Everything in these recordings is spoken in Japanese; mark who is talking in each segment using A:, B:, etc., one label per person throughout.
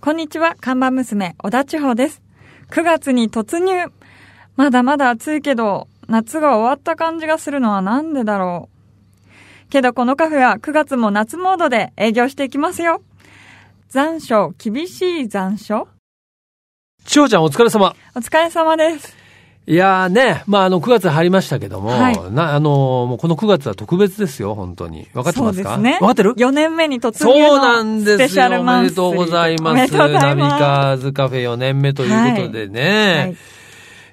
A: こんにちは、看板娘、小田千穂です。9月に突入まだまだ暑いけど、夏が終わった感じがするのはなんでだろう。けどこのカフェは9月も夏モードで営業していきますよ。残暑、厳しい残暑
B: 千穂ちゃんお疲れ様。
A: お疲れ様です。
B: いやーね、まあ、あの、9月入りましたけども、
A: はい
B: な、あのー、もうこの9月は特別ですよ、本当に。分かってますか
A: そうですね。
B: 分かってる
A: ?4 年目に突
B: そ
A: 入
B: うな
A: の
B: ん
A: スペ
B: です
A: シャ
B: よ。
A: ル
B: お
A: マ
B: め
A: ンス
B: で
A: リー
B: とうござい
A: お
B: ま
A: め
B: す。
A: でとうござ
B: ナ
A: い
B: ビ
A: ます。
B: カーズカフェ4年目ということでね。
A: はい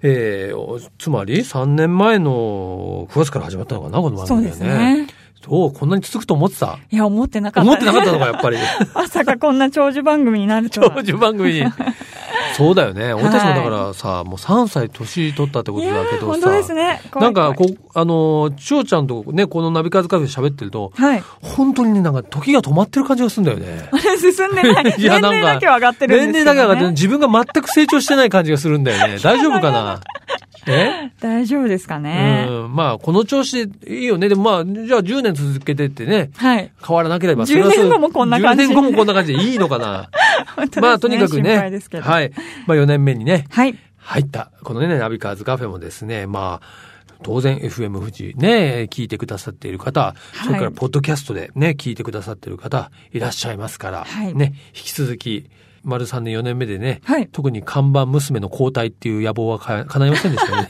B: えーおつまり3年前の9月から始まったのかな、この番
A: そう
B: 組
A: で
B: は
A: す
B: ね。
A: ね。
B: そう、こんなに続くと思ってた
A: いや、思ってなかった。
B: 思ってなかっ たのか、やっぱり。
A: まさかこんな長寿番組になると
B: 長
A: は。
B: 寿 番組に。そうだよね。
A: い
B: 俺たちもだからさ、もう3歳年取ったってこ
A: い
B: と
A: や
B: だけ
A: ー、
B: どさ。
A: 本当ですね。怖
B: ないんか、
A: 怖
B: こ、
A: いう
B: あのー、千代ちゃんとね、このナビカーズカフェで喋ってると、
A: はい。
B: 本当にね、なんか時が止まってる感じがするんだよね。
A: 進んでない。
B: い
A: 年
B: やなんか
A: 齢だけは上がってるん
B: 年
A: です
B: 齢
A: けど、ね。
B: だけ上がってる自分が全く成長してない感じがするんだ よね。大丈夫かなえ
A: 大丈夫ですかね。
B: うん。まあ、この調子でいいよね。でもまあ、じゃあ10年続けてってね、
A: はい。
B: 変わらなければ。
A: 10年
B: それはそう
A: 後もこんな感じ
B: 10年後もこんな感じでいいのか な。
A: 本当ですね
B: まあ、とにかくね。
A: 心配ですけど。はい。
B: はい。まあ、4年目にね、
A: はい。
B: 入った、このね、ナビカーズカフェもですね、まあ、当然 FM 富士ね、聞いてくださっている方、それからポッドキャストでね、聞いてくださっている方、いらっしゃいますから、
A: はい
B: ね、引き続き、丸3年4年目でね、
A: はい
B: 特に看板娘の交代っていう野望はか叶いません でしたね。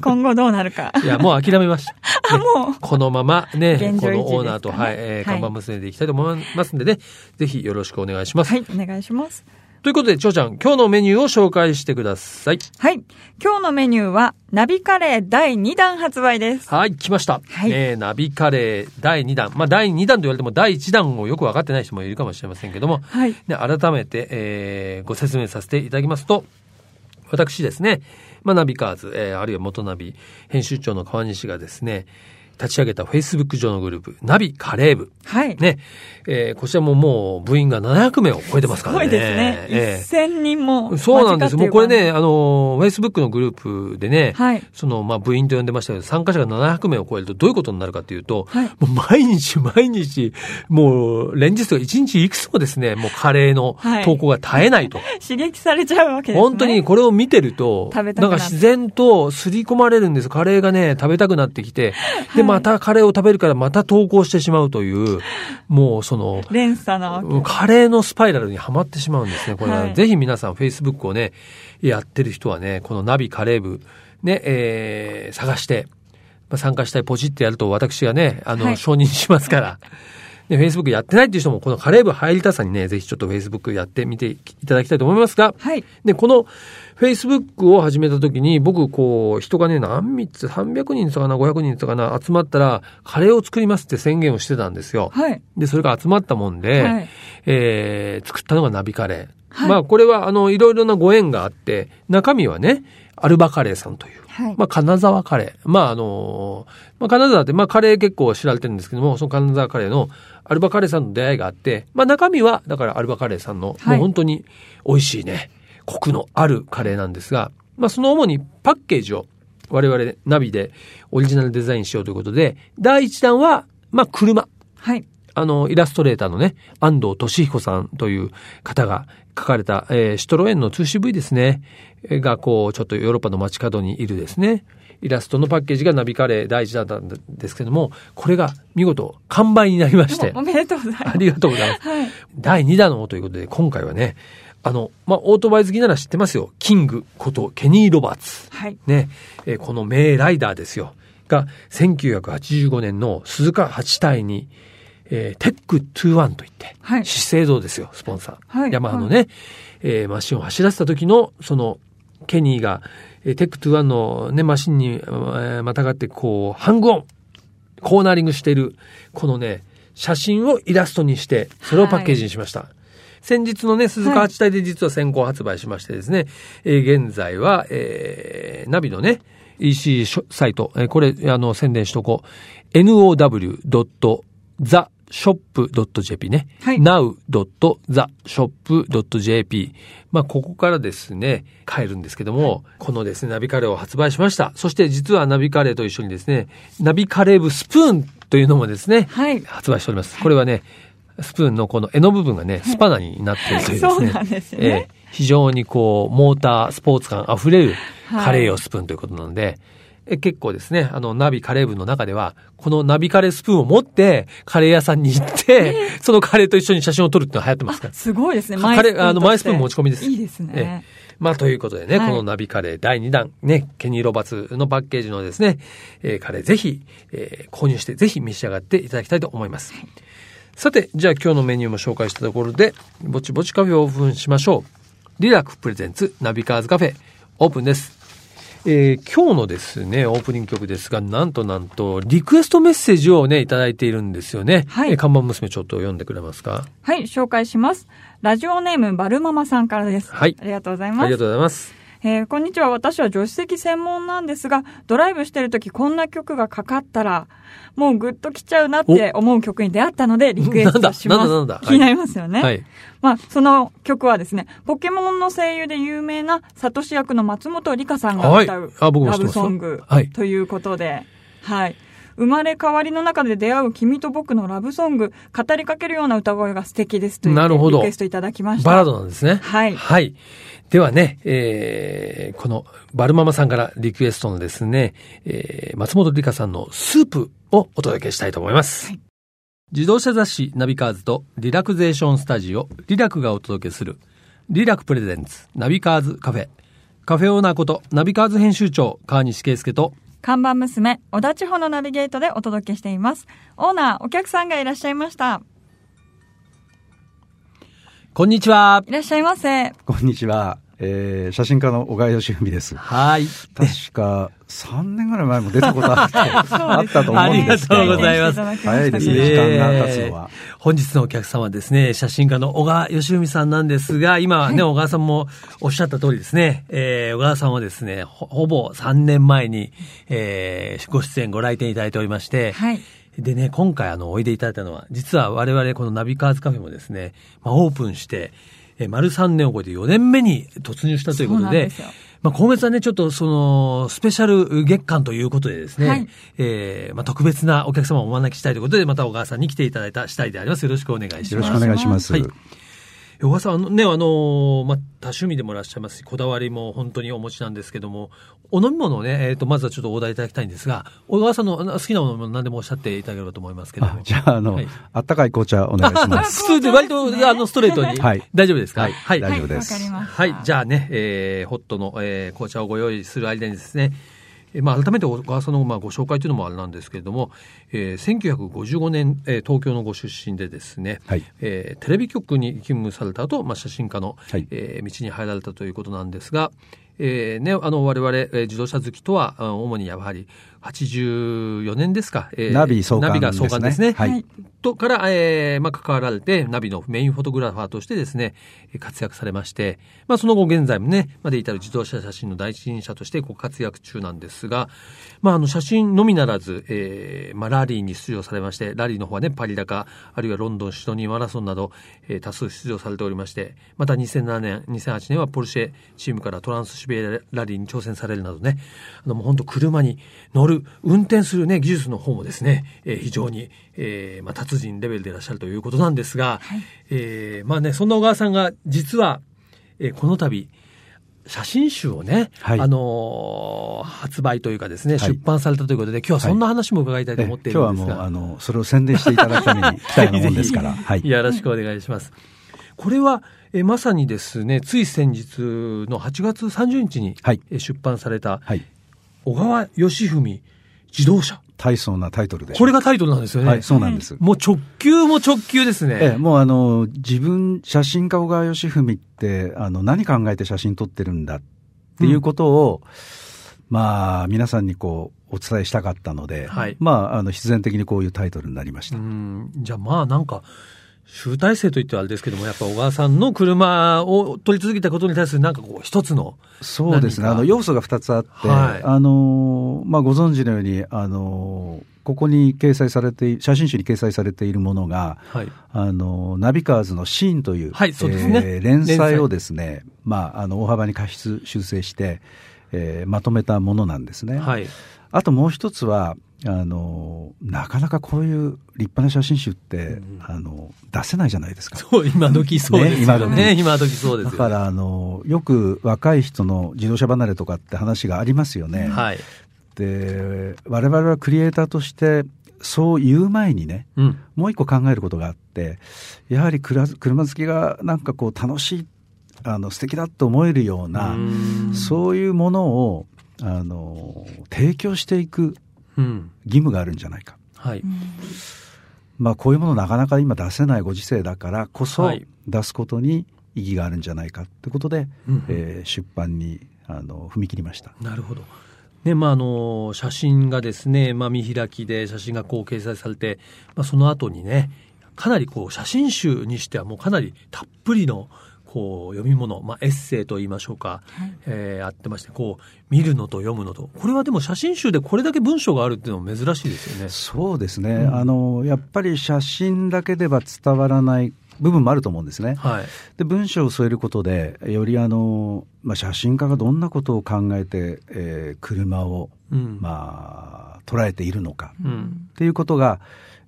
A: 今後どうなるか。
B: いや、もう諦めました。
A: あ、もう。
B: このままね、
A: 現
B: こ
A: 状維持ですかね
B: のオーナーと、はい、えー
A: は
B: 看
A: い
B: 板娘でいきたいと思いますんでね、ぜひよろしくお願いします。
A: はい、お願いします。
B: ということで、ちょうちゃん、今日のメニューを紹介してください。
A: はい。今日のメニューは、ナビカレー第2弾発売です。
B: はい、来ました。
A: はい
B: えーナビカレー第2弾。まあ、第2弾と言われても第1弾をよく分かってない人もいるかもしれませんけども、
A: はい。
B: ね、改めて、えーご説明させていただきますと、私ですね、まあ、ナビカーズ、えーあるいは元ナビ、編集長の川西がですね、立ち上げた Facebook 上のグループ、ナビカレー部。
A: はい。
B: ね、えーこちらももう部員が700名を超えてます
A: す
B: から
A: ご
B: ね。
A: いです
B: え
A: ね。1000人も。
B: ーそうなんです。もうこれ
A: 間近っ
B: ね、
A: てい
B: あのー、Facebook のグループでね、
A: うか。はい。
B: その、まあ、部員と呼んでましたけど、参加者が700名を超えるとどういうことになるかというと、
A: はい
B: もう毎日 毎日、もう連日とか1日いくつもですね、もうカレーの
A: はい
B: 投稿が絶えない と。
A: 刺激されちゃうわけですね。
B: 本当にこれを見てると、
A: 食べたく
B: な
A: なんる
B: か自然とすり込まれるんです。カレーがね、食べたくなってきて、で、またカレーを食べるからまた投稿してしまうという、もうその、
A: 連鎖なわけ。
B: カレーのスパイラルにはまってしまうんですね。これは、
A: はい
B: ぜひ皆さん、Facebook をね、やってる人はね、このナビカレー部、ね、えー、探して、まあ、参加したいポチってやると私がね、あの、
A: はい
B: 承認しますから。で、Facebook やってないっていう人も、このカレー部入りたさにね、ぜひちょっと Facebook やってみていただきたいと思いますが、
A: はい。
B: で、この Facebook を始めた時に、僕、こう、人がね、何密、300人とかな、500人とかな、集まったら、カレーを作りますって宣言をしてたんですよ。
A: はい。
B: で、それが集まったもんで、
A: はい
B: えー作ったのがナビカレー。
A: はい
B: まあ、これは、あの、いろいろなご縁があって、中身はね、アルバカレーさんという。
A: はい。
B: まあ、金沢カレー。まあ、あのーまあ、金沢って、まあ、カレー結構知られてるんですけども、その金沢カレーのアルバカレーさんの出会いがあって、まあ、中身は、だからアルバカレーさんの、
A: はい
B: もう本当に美味しいね、コクのあるカレーなんですが、まあ、その主にパッケージを我々ナビでオリジナルデザインしようということで、第1弾は、まあ、車。
A: はい。
B: あの、イラストレーターのね、安藤俊彦さんという方が書かれた、えーシトロエンの通信部位ですね、えーがこう、ちょっとヨーロッパの街角にいるですね、イラストのパッケージがナビカレー第一弾だったんですけども、これが見事完売になりまし
A: で
B: て
A: もお、めでとうございま
B: あ
A: す。
B: りがとうございます。
A: はい。
B: 第2弾のということで、今回はね、あの、まあ、オートバイ好きなら知ってますよ。キングことケニー・ロバーツ。
A: はい。
B: ね、えーこの名ライダーですよ。が、1985年の鈴鹿八隊に、えーテック21といって、
A: はい
B: 資生堂ですよ、スポンサー。
A: はい
B: ヤマハのね、えーマシンを走らせた時の、その、ケニーが、えーテック21のね、マシンに、えーまたがって、こう、ハングオン、コーナリングしている、このね、写真をイラストにして、それをパッケージにしました。先日のね、鈴鹿八隊で実は先行発売しましてですね、えー現在は、えーナビのね、EC ショサイト、えーこれ、あの、宣伝しとこう。now.theshop.jp ね。
A: はい
B: now.theshop.jp。まあ、ここからですね、買えるんですけども、このですね、ナビカレーを発売しました。そして実はナビカレーと一緒にですね、ナビカレー部スプーンというのもですね、
A: はい。
B: 発売しております。これはね、スプーンのこの柄の部分がね、スパナになっているというですね。
A: そうなんですね
B: ええ非常にこう、モーター、スポーツ感あふれる
A: はい
B: カレー用スプーンということなんで、え結構ですね、あの、ナビカレー部の中では、このナビカレースプーンを持って、カレー屋さんに行って、そのカレーと一緒に写真を撮るっていうのは流行ってますから
A: あ、。すごいですね。
B: か
A: マイスプーンとして。
B: あのマイスプーン持ち込みです
A: いいですね。
B: まあ、ということでね、
A: はい
B: このナビカレー第2弾、ね、ケニー・ロバツのパッケージのですね、えーカレーぜひ、えー購入してぜひ召し上がっていただきたいと思います。さて、じゃあ今日のメニューも紹介したところで、ぼちぼちカフェをオープンしましょう。リラックプレゼンツナビカーズカフェ、オープンです。えー今日のですね、オープニング曲ですが、なんとなんと、リクエストメッセージをね、いただいているんですよね。
A: はい
B: えー看板娘ちょっと読んでくれますか
A: はい、紹介します。ラジオネームバルママさんからです。
B: はい
A: ありがとうござい
B: あ
A: ま
B: り
A: す
B: が。とうございます。
A: えーこんにちは。私は助手席専門なんですが、ドライブしてるときこんな曲がかかったら、もうグッと来ちゃうなって思う曲に出会ったので、リクエストします。
B: なんだなんだなんだはい
A: 気になりますよね。
B: はい。
A: まあ、その曲はですね、ポケモンの声優で有名なサトシ役の松本里香さんが歌、
B: はいうあ僕も知
A: ラブ
B: ってます
A: ソング
B: はい
A: ということで、はい、生まれ変わりの中で出会う君と僕のラブソング、語りかけるような歌声が素敵ですという
B: なるほど
A: リクエストいただきました。
B: バラードなんですね。
A: はい
B: はい。ではね、えー、このバルママさんからリクエストのですね、えー、松本里香さんのスープをお届けしたいと思います。
A: はい
B: 自動車雑誌ナビカーズとリラクゼーションスタジオリラクがお届けするリラクプレゼンツナビカーズカフェ。カフェオーナーことナビカーズ編集長川西圭介と
A: 看板娘、小田地方のナビゲートでお届けしています。オーナー、お客さんがいらっしゃいました。
B: こんにちは。
A: いらっしゃいませ。
C: こんにちは。えー、写真家の小川義 文です。
B: はい。
C: 確か、3年ぐらい前も出たことあっ てあったと思うんですけど。
B: ありがとうございます
C: 早いですね、
B: え
C: 時
B: え
C: 間が経つのは。
B: 本日のお客様はですね、写真家の小川義文さんなんですが、今はね、小川さんもおっしゃった通りですね、えー小川さんはですね、ほほぼ3年前に、えーご出演、ご来店いただいておりまして、
A: はい
B: でね、今回あの、おいでいただいたのは、実は我々このナビカーズカフェもですね、まあ、オープンして、えー丸3年を超えて4年目に突入したというこ
A: そ
B: と
A: うなん
B: で、
A: ですよ
B: まあ、今月はね、ちょっとその、スペシャル月間ということでですね、
A: はい
B: えーまあ、特別なお客様をお招きしたいということで、また小川さんに来ていただいた次第であります。よろしくお願いします。
C: よろしくお願いします。
B: はい小川さん、あのね、あのーまあ、多趣味でもいらっしゃいますし、こだわりも本当にお持ちなんですけども、お飲み物をね、えっ、と、まずはちょっとお題いただきたいんですが、小川さんのあの好きなもの何でもおっしゃっていただければと思いますけど
C: あ
B: も。
C: じゃあ、あの、
B: はい
C: あったかい紅茶お願いします。
B: 普通で割と、あの、ストレートに。
C: はい
B: 大丈夫ですか
C: はい
B: はい。
C: 大丈夫です
A: はい、わかりました。
B: はい、じゃあね、えーホットの、えー紅茶をご用意する間にですね、えーまあ、改めて小川さんの、まあ、ご紹介というのもあれなんですけれども、えー1955年、えー東京のご出身でですね、
C: はい
B: えーテレビ局に勤務された後、まあ、写真家の、
C: はい
B: えー道に入られたということなんですが、えーね、あの我々、えー自動車好きとはあ主にやはり84年ですか、 えー
C: ナビ創刊
B: ナビが創刊ですね、
C: はい
A: はい
B: とから、えーまあ、関わられて、ナビのメインフォトグラファーとしてですね、えー活躍されまして、まあ、その後現在もね、まで至る自動車写真の第一人者としてご活躍中なんですが、まあ、あの、写真のみならず、えーまあ、ラリーに出場されまして、ラリーの方はね、パリ高、あるいはロンドン、シドニーマラソンなど、えー多数出場されておりまして、また2007年、2008年はポルシェチームからトランスシベリアラリーに挑戦されるなどね、あの、もう本当車に乗る、運転するね、技術の方もですね、えー非常に、えーまあ、達人レベルでいらっしゃるということなんですが、えーまあね、そんな小川さんが、実は、えーこの度、写真集をね、
C: はい
B: あのー発売というかですね、
C: はい
B: 出版されたということで、今日はそんな話も伺いたいと思っているん
C: 今
B: で
C: 日
B: す
C: はもう、あ
B: が、
C: の、それを宣伝していただくために来たようなもんです から。はい。
B: よろしくお願いします。これは、えーまさにですね、つい先日の8月30日に、
C: はい
B: えー出版された、
C: はい。
B: 小川義文自動車。
C: 大層なタイトルでしょ
B: これがタイトルなんですよね。
C: はい、そうなんです。
B: もう直球も直球ですね。
C: ええ、もうあの、自分、写真家小川義文って、あの、何考えて写真撮ってるんだっていうことを、まあ、皆さんにこう、お伝えしたかったので、
B: はい
C: まあ、あの、必然的にこういうタイトルになりまし
B: う
C: た。
B: んじゃあまあなんか、集大成といってはあれですけども、やっぱ小川さんの車を取り続けたことに対するなんかこう一つの、
C: そうですね。
B: 何か
C: あの、要素が2つあって、
B: はい
C: あの、まあ、ご存知のように、あの、ここに掲載されてい、写真集に掲載されているものが、
B: はい。
C: あの、ナビカーズのシーンという、
B: はいそうですね
C: えー連載をですね、まあ、あの、大幅に過失修正して、えーまとめたものなんですね。
B: はい。
C: あともう一つは、あのなかなかこういう立派な写真集って、
B: うん
C: あの出せないじゃないですか。
B: そう、今時そうですよね。
C: ね
B: 今時そうで
C: だ
B: すよ
C: か
B: ね。
C: らあのよく若い人の自動車離れとかって話がありますよね。
B: はい。
C: で我々はクリエイターとしてそう言う前にね
B: うん。
C: もう一個考えることがあってやはりくら車好きがなんかこう楽しいあの素敵だと思えるような、
B: うん
C: そういうものをあの提供していく
B: うん。
C: 義務があるんじゃないか。
B: はい。
C: まあ、こういうものなかなか今出せないご時世だからこそ
B: はい
C: 出すことに意義があるんじゃないかってことで、
B: うん
C: えー出版にあの踏み切りました。
B: なるほど。ね、まあ、あの、写真がですね、まあ、見開きで写真がこう掲載されて、まあ、その後にね、かなりこう、写真集にしてはもうかなりたっぷりの、こう、読み物、まあ、エッセイと言いましょうか、えーあってまして、こう、見るのと読むのと。これはでも写真集でこれだけ文章があるっていうのも珍しいですよね。
C: そうですね、
B: うん
C: あのやっぱり写真だけでは伝わらない部分もあると思うんですね。
B: はい。
C: で文章を添えることでよりあの、まあ、写真家がどんなことを考えて、えー車を、
B: うん。
C: まあ、捉えているのか
B: うん。
C: っていうことが、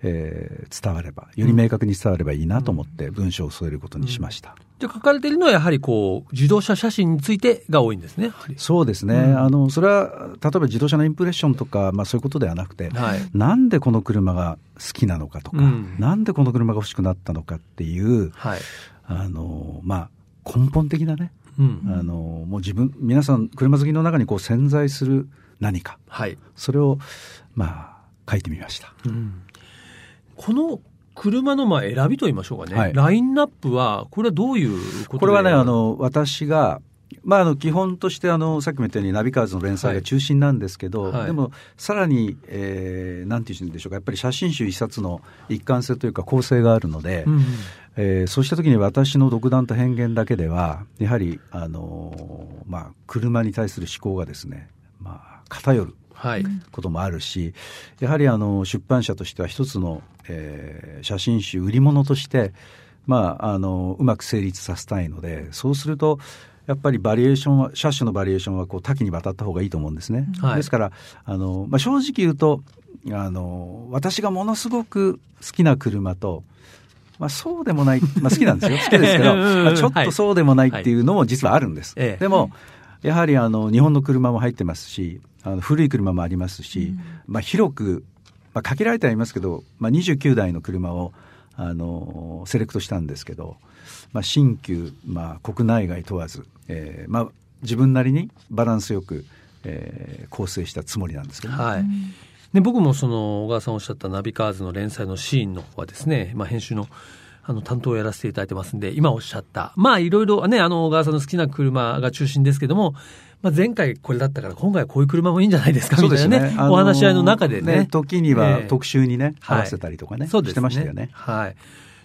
C: えー伝わればより明確に伝わればいいなと思って文章を添えることにしました。
B: じゃあ書かれているのはやはりこう、自動車写真についてが多いんですね。やはり
C: そうですね、
B: うん
C: あのそれは例えば自動車のインプレッションとか、まあ、そういうことではなくて、
B: はい。
C: なんでこの車が好きなのかとか、
B: うん
C: なんでこの車が欲しくなったのかっていう、
B: はい。
C: あのまあ、根本的なね、
B: うん。
C: あのもう自分、皆さん、車好きの中にこう潜在する何か、
B: はい。
C: それを、まあ、書いてみました。
B: この車のまあ選びと言いましょうかね、
C: はい
B: ラインナップは、これはどういうことで
C: これはね、あ、の私が、まあ、あの基本としてあの、さっきも言ったように、ナビカーズの連載が中心なんですけど、
B: はいはい
C: でも、さらに、えーなんていうんでしょうか、やっぱり写真集一冊の一貫性というか、構成があるので、
B: うん
C: えーそうしたときに私の独断と偏見だけでは、やはり、あのーまあ、車に対する思考がですね、まあ、偏る
B: はい、
C: こともあるし、やはりあの出版社としては一つの、えー写真集売り物として、まあ、あのうまく成立させたいのでそうするとやっぱりバリエーションは車種のバリエーションはこう多岐にわたった方がいいと思うんですね。
B: はい
C: ですからあの、まあ、正直言うとあの私がものすごく好きな車と、まあ、そうで もない、まあ、好きなんですよ好きですけど、
B: うんうんうん
C: まあ、ちょっ
B: はい
C: とそうでもないっていうのも実はあるんです。
B: ええ
C: でもやはりあの日本の車も入ってますしあの古い車もありますし、まあ、広く、まあ、限られてはいますけど、まあ、29台の車をあのセレクトしたんですけど、まあ、新旧、まあ、国内外問わず、えーまあ、自分なりにバランスよく、えー構成したつもりなんですけど、
B: はいで僕もその小川さんおっしゃったナビカーズの連載のシーンの方はですね、まあ、編集のあの担当をやらせていただいてますんで、今おっしゃった、まあいろいろね、あの小川さんの好きな車が中心ですけども、まあ、前回これだったから、今回はこういう車もいいんじゃないですかみたいなね、
C: あの
B: お話し合いの中でね。
C: 時には
B: ええ
C: 特集にね、
B: はい
C: 合わせたりとかね、
B: そうです
C: してましたよね。
B: はい。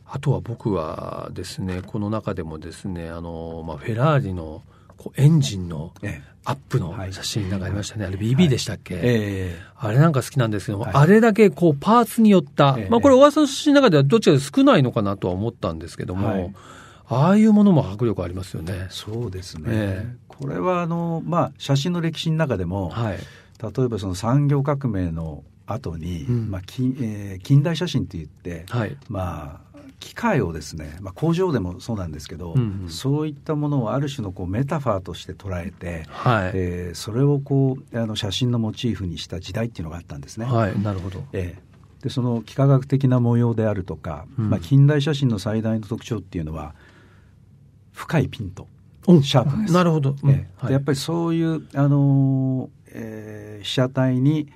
B: あとは僕はですね、この中でもですね、あの、まあ、フェラーリのこうエンジンの
C: え
B: アップの
C: はい
B: 写真なんかありましたね。あれ BB でしたっけ、
C: ええ
B: あれなんか好きなんですけども、
C: はい
B: あれだけこうパーツによった、
C: ええ
B: まあこれ小川さんの写真の中ではどっちかで少ないのかなとは思ったんですけども、
C: はい
B: ああいうものも迫力ありますよね。
C: そうですね、
B: ええ
C: これはあの、まあ、写真の歴史の中でも、
B: はい。
C: 例えばその産業革命の後に、
B: うん
C: まあ近えー近代写真って言って、
B: はい。
C: まあ、機械をですね、まあ、工場でもそうなんですけど、
B: うんうん
C: そういったものをある種のこうメタファーとして捉えて、
B: はい。
C: えーそれをこうあの写真のモチーフにした時代っていうのがあったんですね。
B: はい。なるほど。
C: ええでその幾何学的な模様であるとか、
B: うん
C: まあ、近代写真の最大の特徴っていうのは深いピント、
B: うん
C: シャープです。
B: なるほど。うん
C: ええ
B: はい
C: でやっぱりそういう、あのーえー被写体に、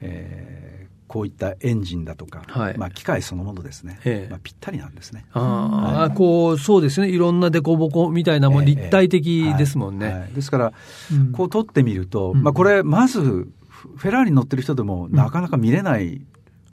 C: えーこういったエンジンだとか、
B: はい
C: まあ、機械そのものですね、
B: ええ
C: まあ、ぴったりなんですね。
B: ああ、こう、そうですね。いろんな凸凹みたいなもん、
C: ええ
B: 立体的ですもんね。
C: はいはいですから、
B: うん
C: こう撮ってみると、
B: うん
C: まあ、これ、まずフフェラーリに乗ってる人でもなかなか見れない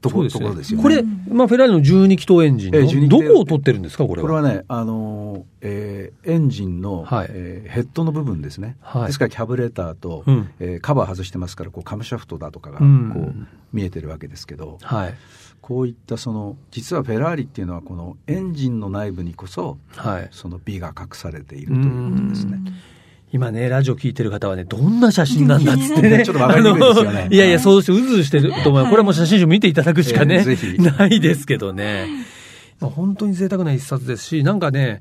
C: とこ,、
B: そう
C: ところですよね。
B: これ、まあ、フェラーリの12気筒エンジンの、
C: ええ12気筒
B: どこを取ってるんですか、これ
C: これ
B: は。
C: はね、あのーえーエンジンの、
B: はい
C: えーヘッドの部分ですね、
B: はい
C: ですからキャブレーターと、
B: うん
C: えーカバー外してますからこうカムシャフトだとかがこ
B: う
C: うん見えてるわけですけど、
B: はい。
C: こういったその実はフェラーリっていうのはこのエンジンの内部にこそ
B: はい。
C: その美が隠されているということですね。
B: 今ね、ラジオ聞いてる方はね、どんな写真なんだっつってね。
C: ね ちょっとわかりにくいですよね
B: あのいやいや、そうしてうずうずしてると思う。これはもう写真集見ていただくしかね、
C: ええぜひ
B: ないですけどね。まあ本当に贅沢な一冊ですし、なんかね、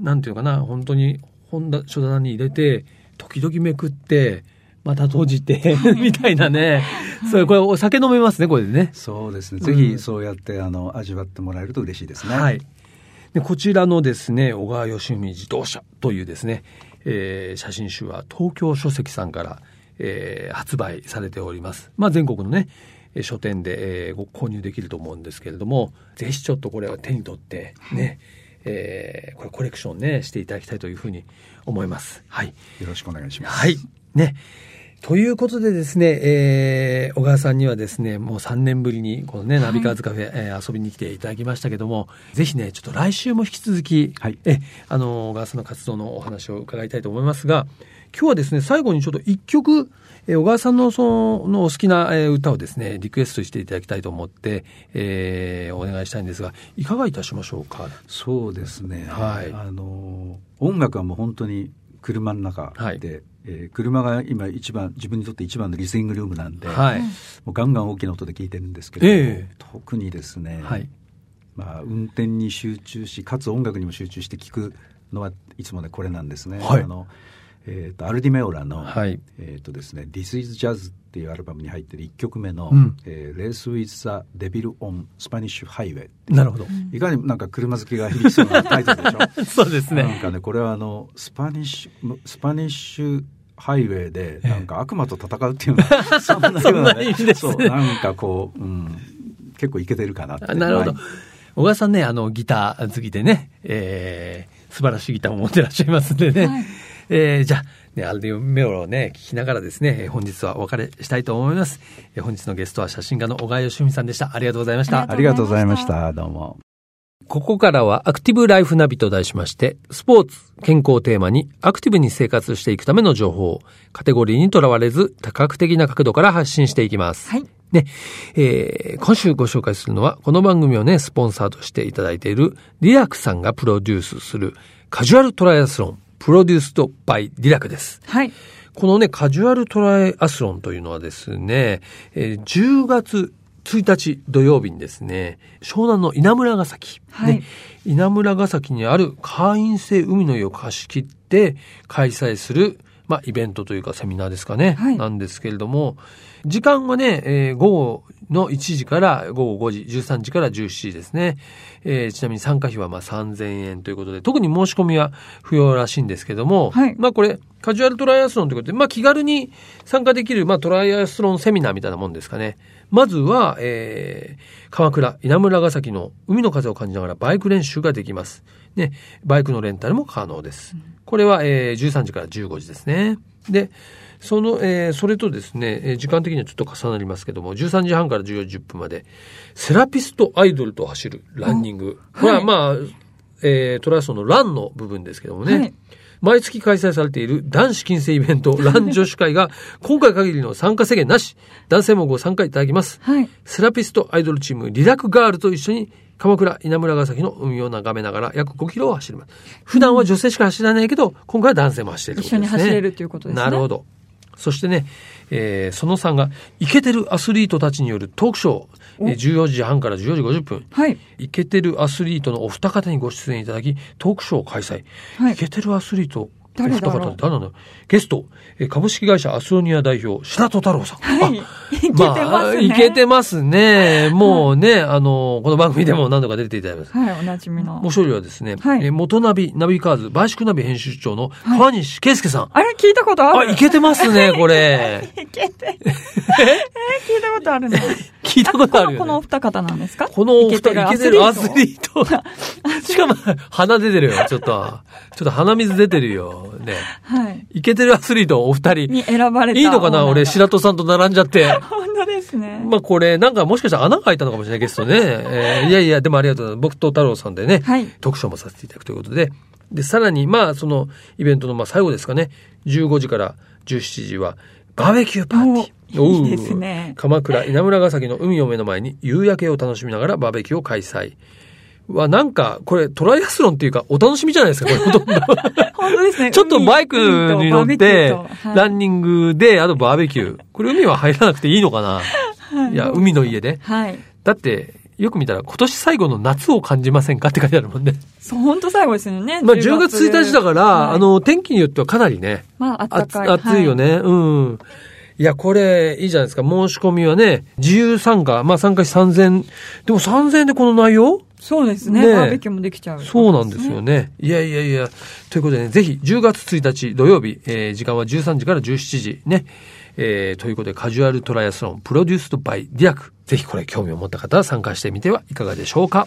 B: なんていうのかな、本当に本だ書棚に入れて、時々めくって、また閉じ て、みたいなね。そう、これお酒飲めますね、これでね。
C: そうですね。
B: うん
C: ぜひそうやってあの味わってもらえると嬉しいですね。
B: はい。でこちらのですね、小川義文自動車というですね、えー写真集は東京書籍さんから、えー発売されております。まあ全国のね、えー書店で、えーご購入できると思うんですけれども、ぜひちょっとこれを手に取ってね、えーこれコレクションね、していただきたいというふうに思います。はい。
C: よろしくお願いします。
B: はい。ね。ということでですね、えー小川さんにはですね、もう3年ぶりに、このね、ナビカーズカフェ、えー遊びに来ていただきましたけども、ぜひね、ちょっと来週も引き続き、
C: はい
B: え、あの、小川さんの活動のお話を伺いたいと思いますが、今日はですね、最後にちょっと一曲、えー小川さんのその、お好きなえー歌をですね、リクエストしていただきたいと思って、えーお願いしたいんですが、いかがいたしましょうか
C: そうですね。
B: はい
C: あの音楽はもう本当に車の中で、
B: はい
C: えー車が今一番自分にとって一番のリスニングルームなんで、
B: はい。
C: もうガンガン大きな音で聞いてるんですけど、
B: ええ
C: 特にですね、
B: はい。
C: まあ運転に集中し、かつ音楽にも集中して聞くのはいつもねこれなんですね。
B: はい
C: あのえー、とアルディメオラの、
B: はい
C: えーとですね「This is Jazz」っていうアルバムに入ってる1曲目の
B: うん
C: 「えー Race with the Devil on Spanish Highway」
B: なるほど。
C: いかにもなんか車好きが響きそうなタイトルでし ょ
B: そうです ね。
C: なんかねこれはあのスパニッシュスパニッシュハイウェイでなんか悪魔と戦うっていう のはそんなよう
B: そんな意味です
C: そうなんかこう、うん、結構いけてるかなって
B: あなるほど
C: はい。
B: 小川さんね、あの、ギター好きでね、えー、素晴らしいギターも持ってらっしゃいますんでね。
A: はい
B: えーじゃあ、ね、アルディメオロをね、聞きながらですね、えー本日はお別れしたいと思います。えー本日のゲストは写真家の小川義文さんでした。ありがとうございました。
C: ありがとうございましたどうも
B: ここからはアクティブライフナビと題しまして、スポーツ、健康をテーマにアクティブに生活していくための情報、カテゴリーにとらわれず多角的な角度から発信していきます。
A: はい
B: ね、えー今週ご紹介するのは、この番組をね、スポンサーとしていただいているリラクさんがプロデュースするカジュアルトライアスロン、プロデュースドバイリラクです。
A: はい。
B: このね、カジュアルトライアスロンというのはですね、えー10月1日土曜日にですね、湘南の稲村ヶ崎、
A: はい
B: ね稲村ヶ崎にある会員制海の家を貸し切って開催する、まあ、イベントというかセミナーですかね、
A: はい
B: なんですけれども、時間はね、えー午後の1時から午後5時、13時から17時ですね。えーちなみに参加費はまあ3000円ということで、特に申し込みは不要らしいんですけども、
A: はい
B: まあこれ、カジュアルトライアスロンということで、まあ気軽に参加できる、まあトライアスロンセミナーみたいなもんですかね。まずは、えー、鎌倉、稲村ヶ崎の海の風を感じながらバイク練習ができます。ね、バイクのレンタルも可能です。これは、えー13時から15時ですね。で、その、えーそれとですね、えー時間的にはちょっと重なりますけども、13時半から14時10分まで、セラピストアイドルと走るランニング。これはまあ、えートライアスロンのランの部分ですけどもね。
A: はい
B: 毎月開催されている男子禁制イベ ント、ラン女子会が、今回限りの参加制限なし、男性もご参加いただきます。
A: はい。
B: セラピストアイドルチームリラクガールと一緒に鎌倉稲村ヶ崎の海を眺めながら約5キロを走ります。普段は女性しか走らないけど、今回は男性も走れるってことですね。
A: 一緒に走れるということですね
B: なるほど。そしてね、えーその3が、イケてるアスリートたちによるトークショー、えー14時半から14時50分。
A: はい。
B: イケてるアスリートのお二方にご出演いただき、トークショーを開催。
A: はい
B: イケてるアスリート、お二
A: 誰だろう
B: 方、誰なのゲスト、えー株式会社アスロニア代表、白戸太郎さん。
A: はい。い
B: あ
A: けてますね。
B: いけてますね。もうね、あの、この番組でも何度か出ていただきます。
A: はい、おなじみの
B: もう。一人はですね、
A: はい
B: えー元ナビ、ナビカーズ、バイシクナビ編集長の川西圭介さん。
A: あれ聞いたことある
B: あ、いけてますね、これ。
A: いけて。えー聞いたことあるの。
B: 聞いたことあるよ、ね。
A: このお二方なんですか
B: このお
A: イ
B: 二人、イケ
A: ケ
B: て
A: て
B: る
A: る
B: ア
A: ア
B: ス
A: ス
B: リート。 しかも、鼻出てるよ、ちょっと。ちょっと鼻水出てるよ。ね。
A: はい。
B: イケてるアスリート、お二人。
A: に選ばれた。
B: いいのかな俺、
A: ら
B: 白戸さんと並んじゃって。
A: 本当ですね。
B: まあこれ、なんかもしかしたら穴が開いたのかもしれないゲスト ね。えーいやいや、でもありがとうございます。僕と太郎さんでね、
A: はい
B: 特賞もさせていただくということで。で、さらに、まあそのイベントのまあ最後ですかね、15時から17時は、バーベキューパーティー。
A: お
B: おう
A: いいですね
B: 鎌倉、稲村ヶ崎の海を目の前に夕焼けを楽しみながらバーベキューを開催。はなんか、これトライアスロンっていうかお楽しみじゃないですか、これほとん ど。
A: 本当ですね。
B: ちょっとバイクに乗って、ラ
A: ン
B: ンニングで、あとバーベキュー。これ海は入らなくていいのかないや、海の家で。
A: はい。
B: だって、よく見たら今年最後の夏を感じませんかって書いてある もんね。
A: そう、本当最後ですよね。
B: まあ10月1日だから、
A: はい
B: あ、の、天気によってはかなりね、
A: まあ、暖
B: 暑
A: かい。
B: 暑いよね、うん。いや、これ、いいじゃないですか。申し込みはね、自由参加。まあ、参加し3000。でも3000円でこの内容
A: そうですね
B: ねえ
A: バーベキューもできちゃう。
B: そうなんですよね。いやいやいや。ということでね、ぜひ10月1日土曜日、えー時間は13時から17時ね。えーということで、カジュアルトライアスロンプロデュースドバイディラク。ぜひこれ興味を持った方は参加してみてはいかがでしょうか。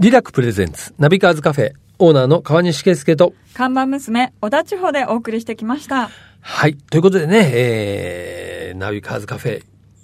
B: ディラクプレゼンツナビカーズカフェオーナーの川西圭介と
A: 看板娘、小田地方でお送りしてきました。
B: はい。ということでね、えー、ナビカーズカフェ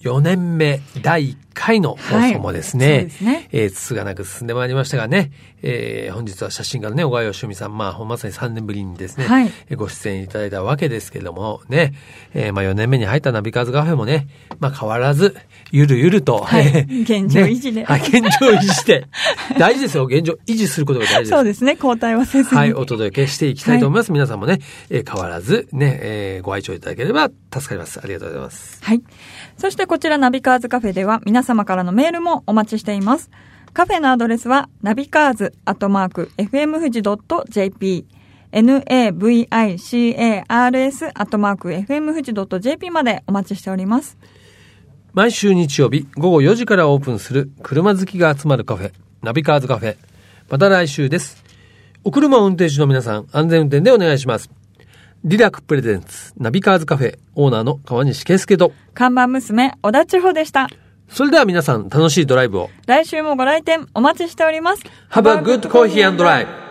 B: 4年目第1回の放送もですね、
A: はいそうですね
B: えー、つつがなく進んでまいりましたがね、えー、本日は写真家のね、小川よしみさん、まあ、ほんまさに3年ぶりにですね、
A: はい
B: えーご出演いただいたわけですけども、ね、えー、まあ4年目に入ったナビカーズカフェもね、まあ変わらず、ゆるゆると、
A: はい 現状
B: ね
A: 維持で
B: はい、現状維持して、 大事ですよ、現状維持することが大事です
A: そうですね、交代はせずに。
B: はい、お届けしていきたいと思います。皆さんもね、えー変わらずね、えーご愛聴いただければ助かります。ありがとうございます。
A: はい。そしてこちらナビカーズカフェでは皆様からのメールもお待ちしています。カフェのアドレスは、ナビカーズアットマーク、fmfuji.jp、navicars アットマーク、fmfuji.jp までお待ちしております。
B: 毎週日曜日午後4時からオープンする車好きが集まるカフェ、ナビカーズカフェ。また来週です。お車を運転手の皆さん、安全運転でお願いします。リラックプレゼンツ、ナビカーズカフェ、オーナーの川西圭介と、
A: 看板娘、小田千穂でした。
B: それでは皆さん、楽しいドライブを。
A: 来週もご来店お待ちしております。
B: Have a good coffee and drive!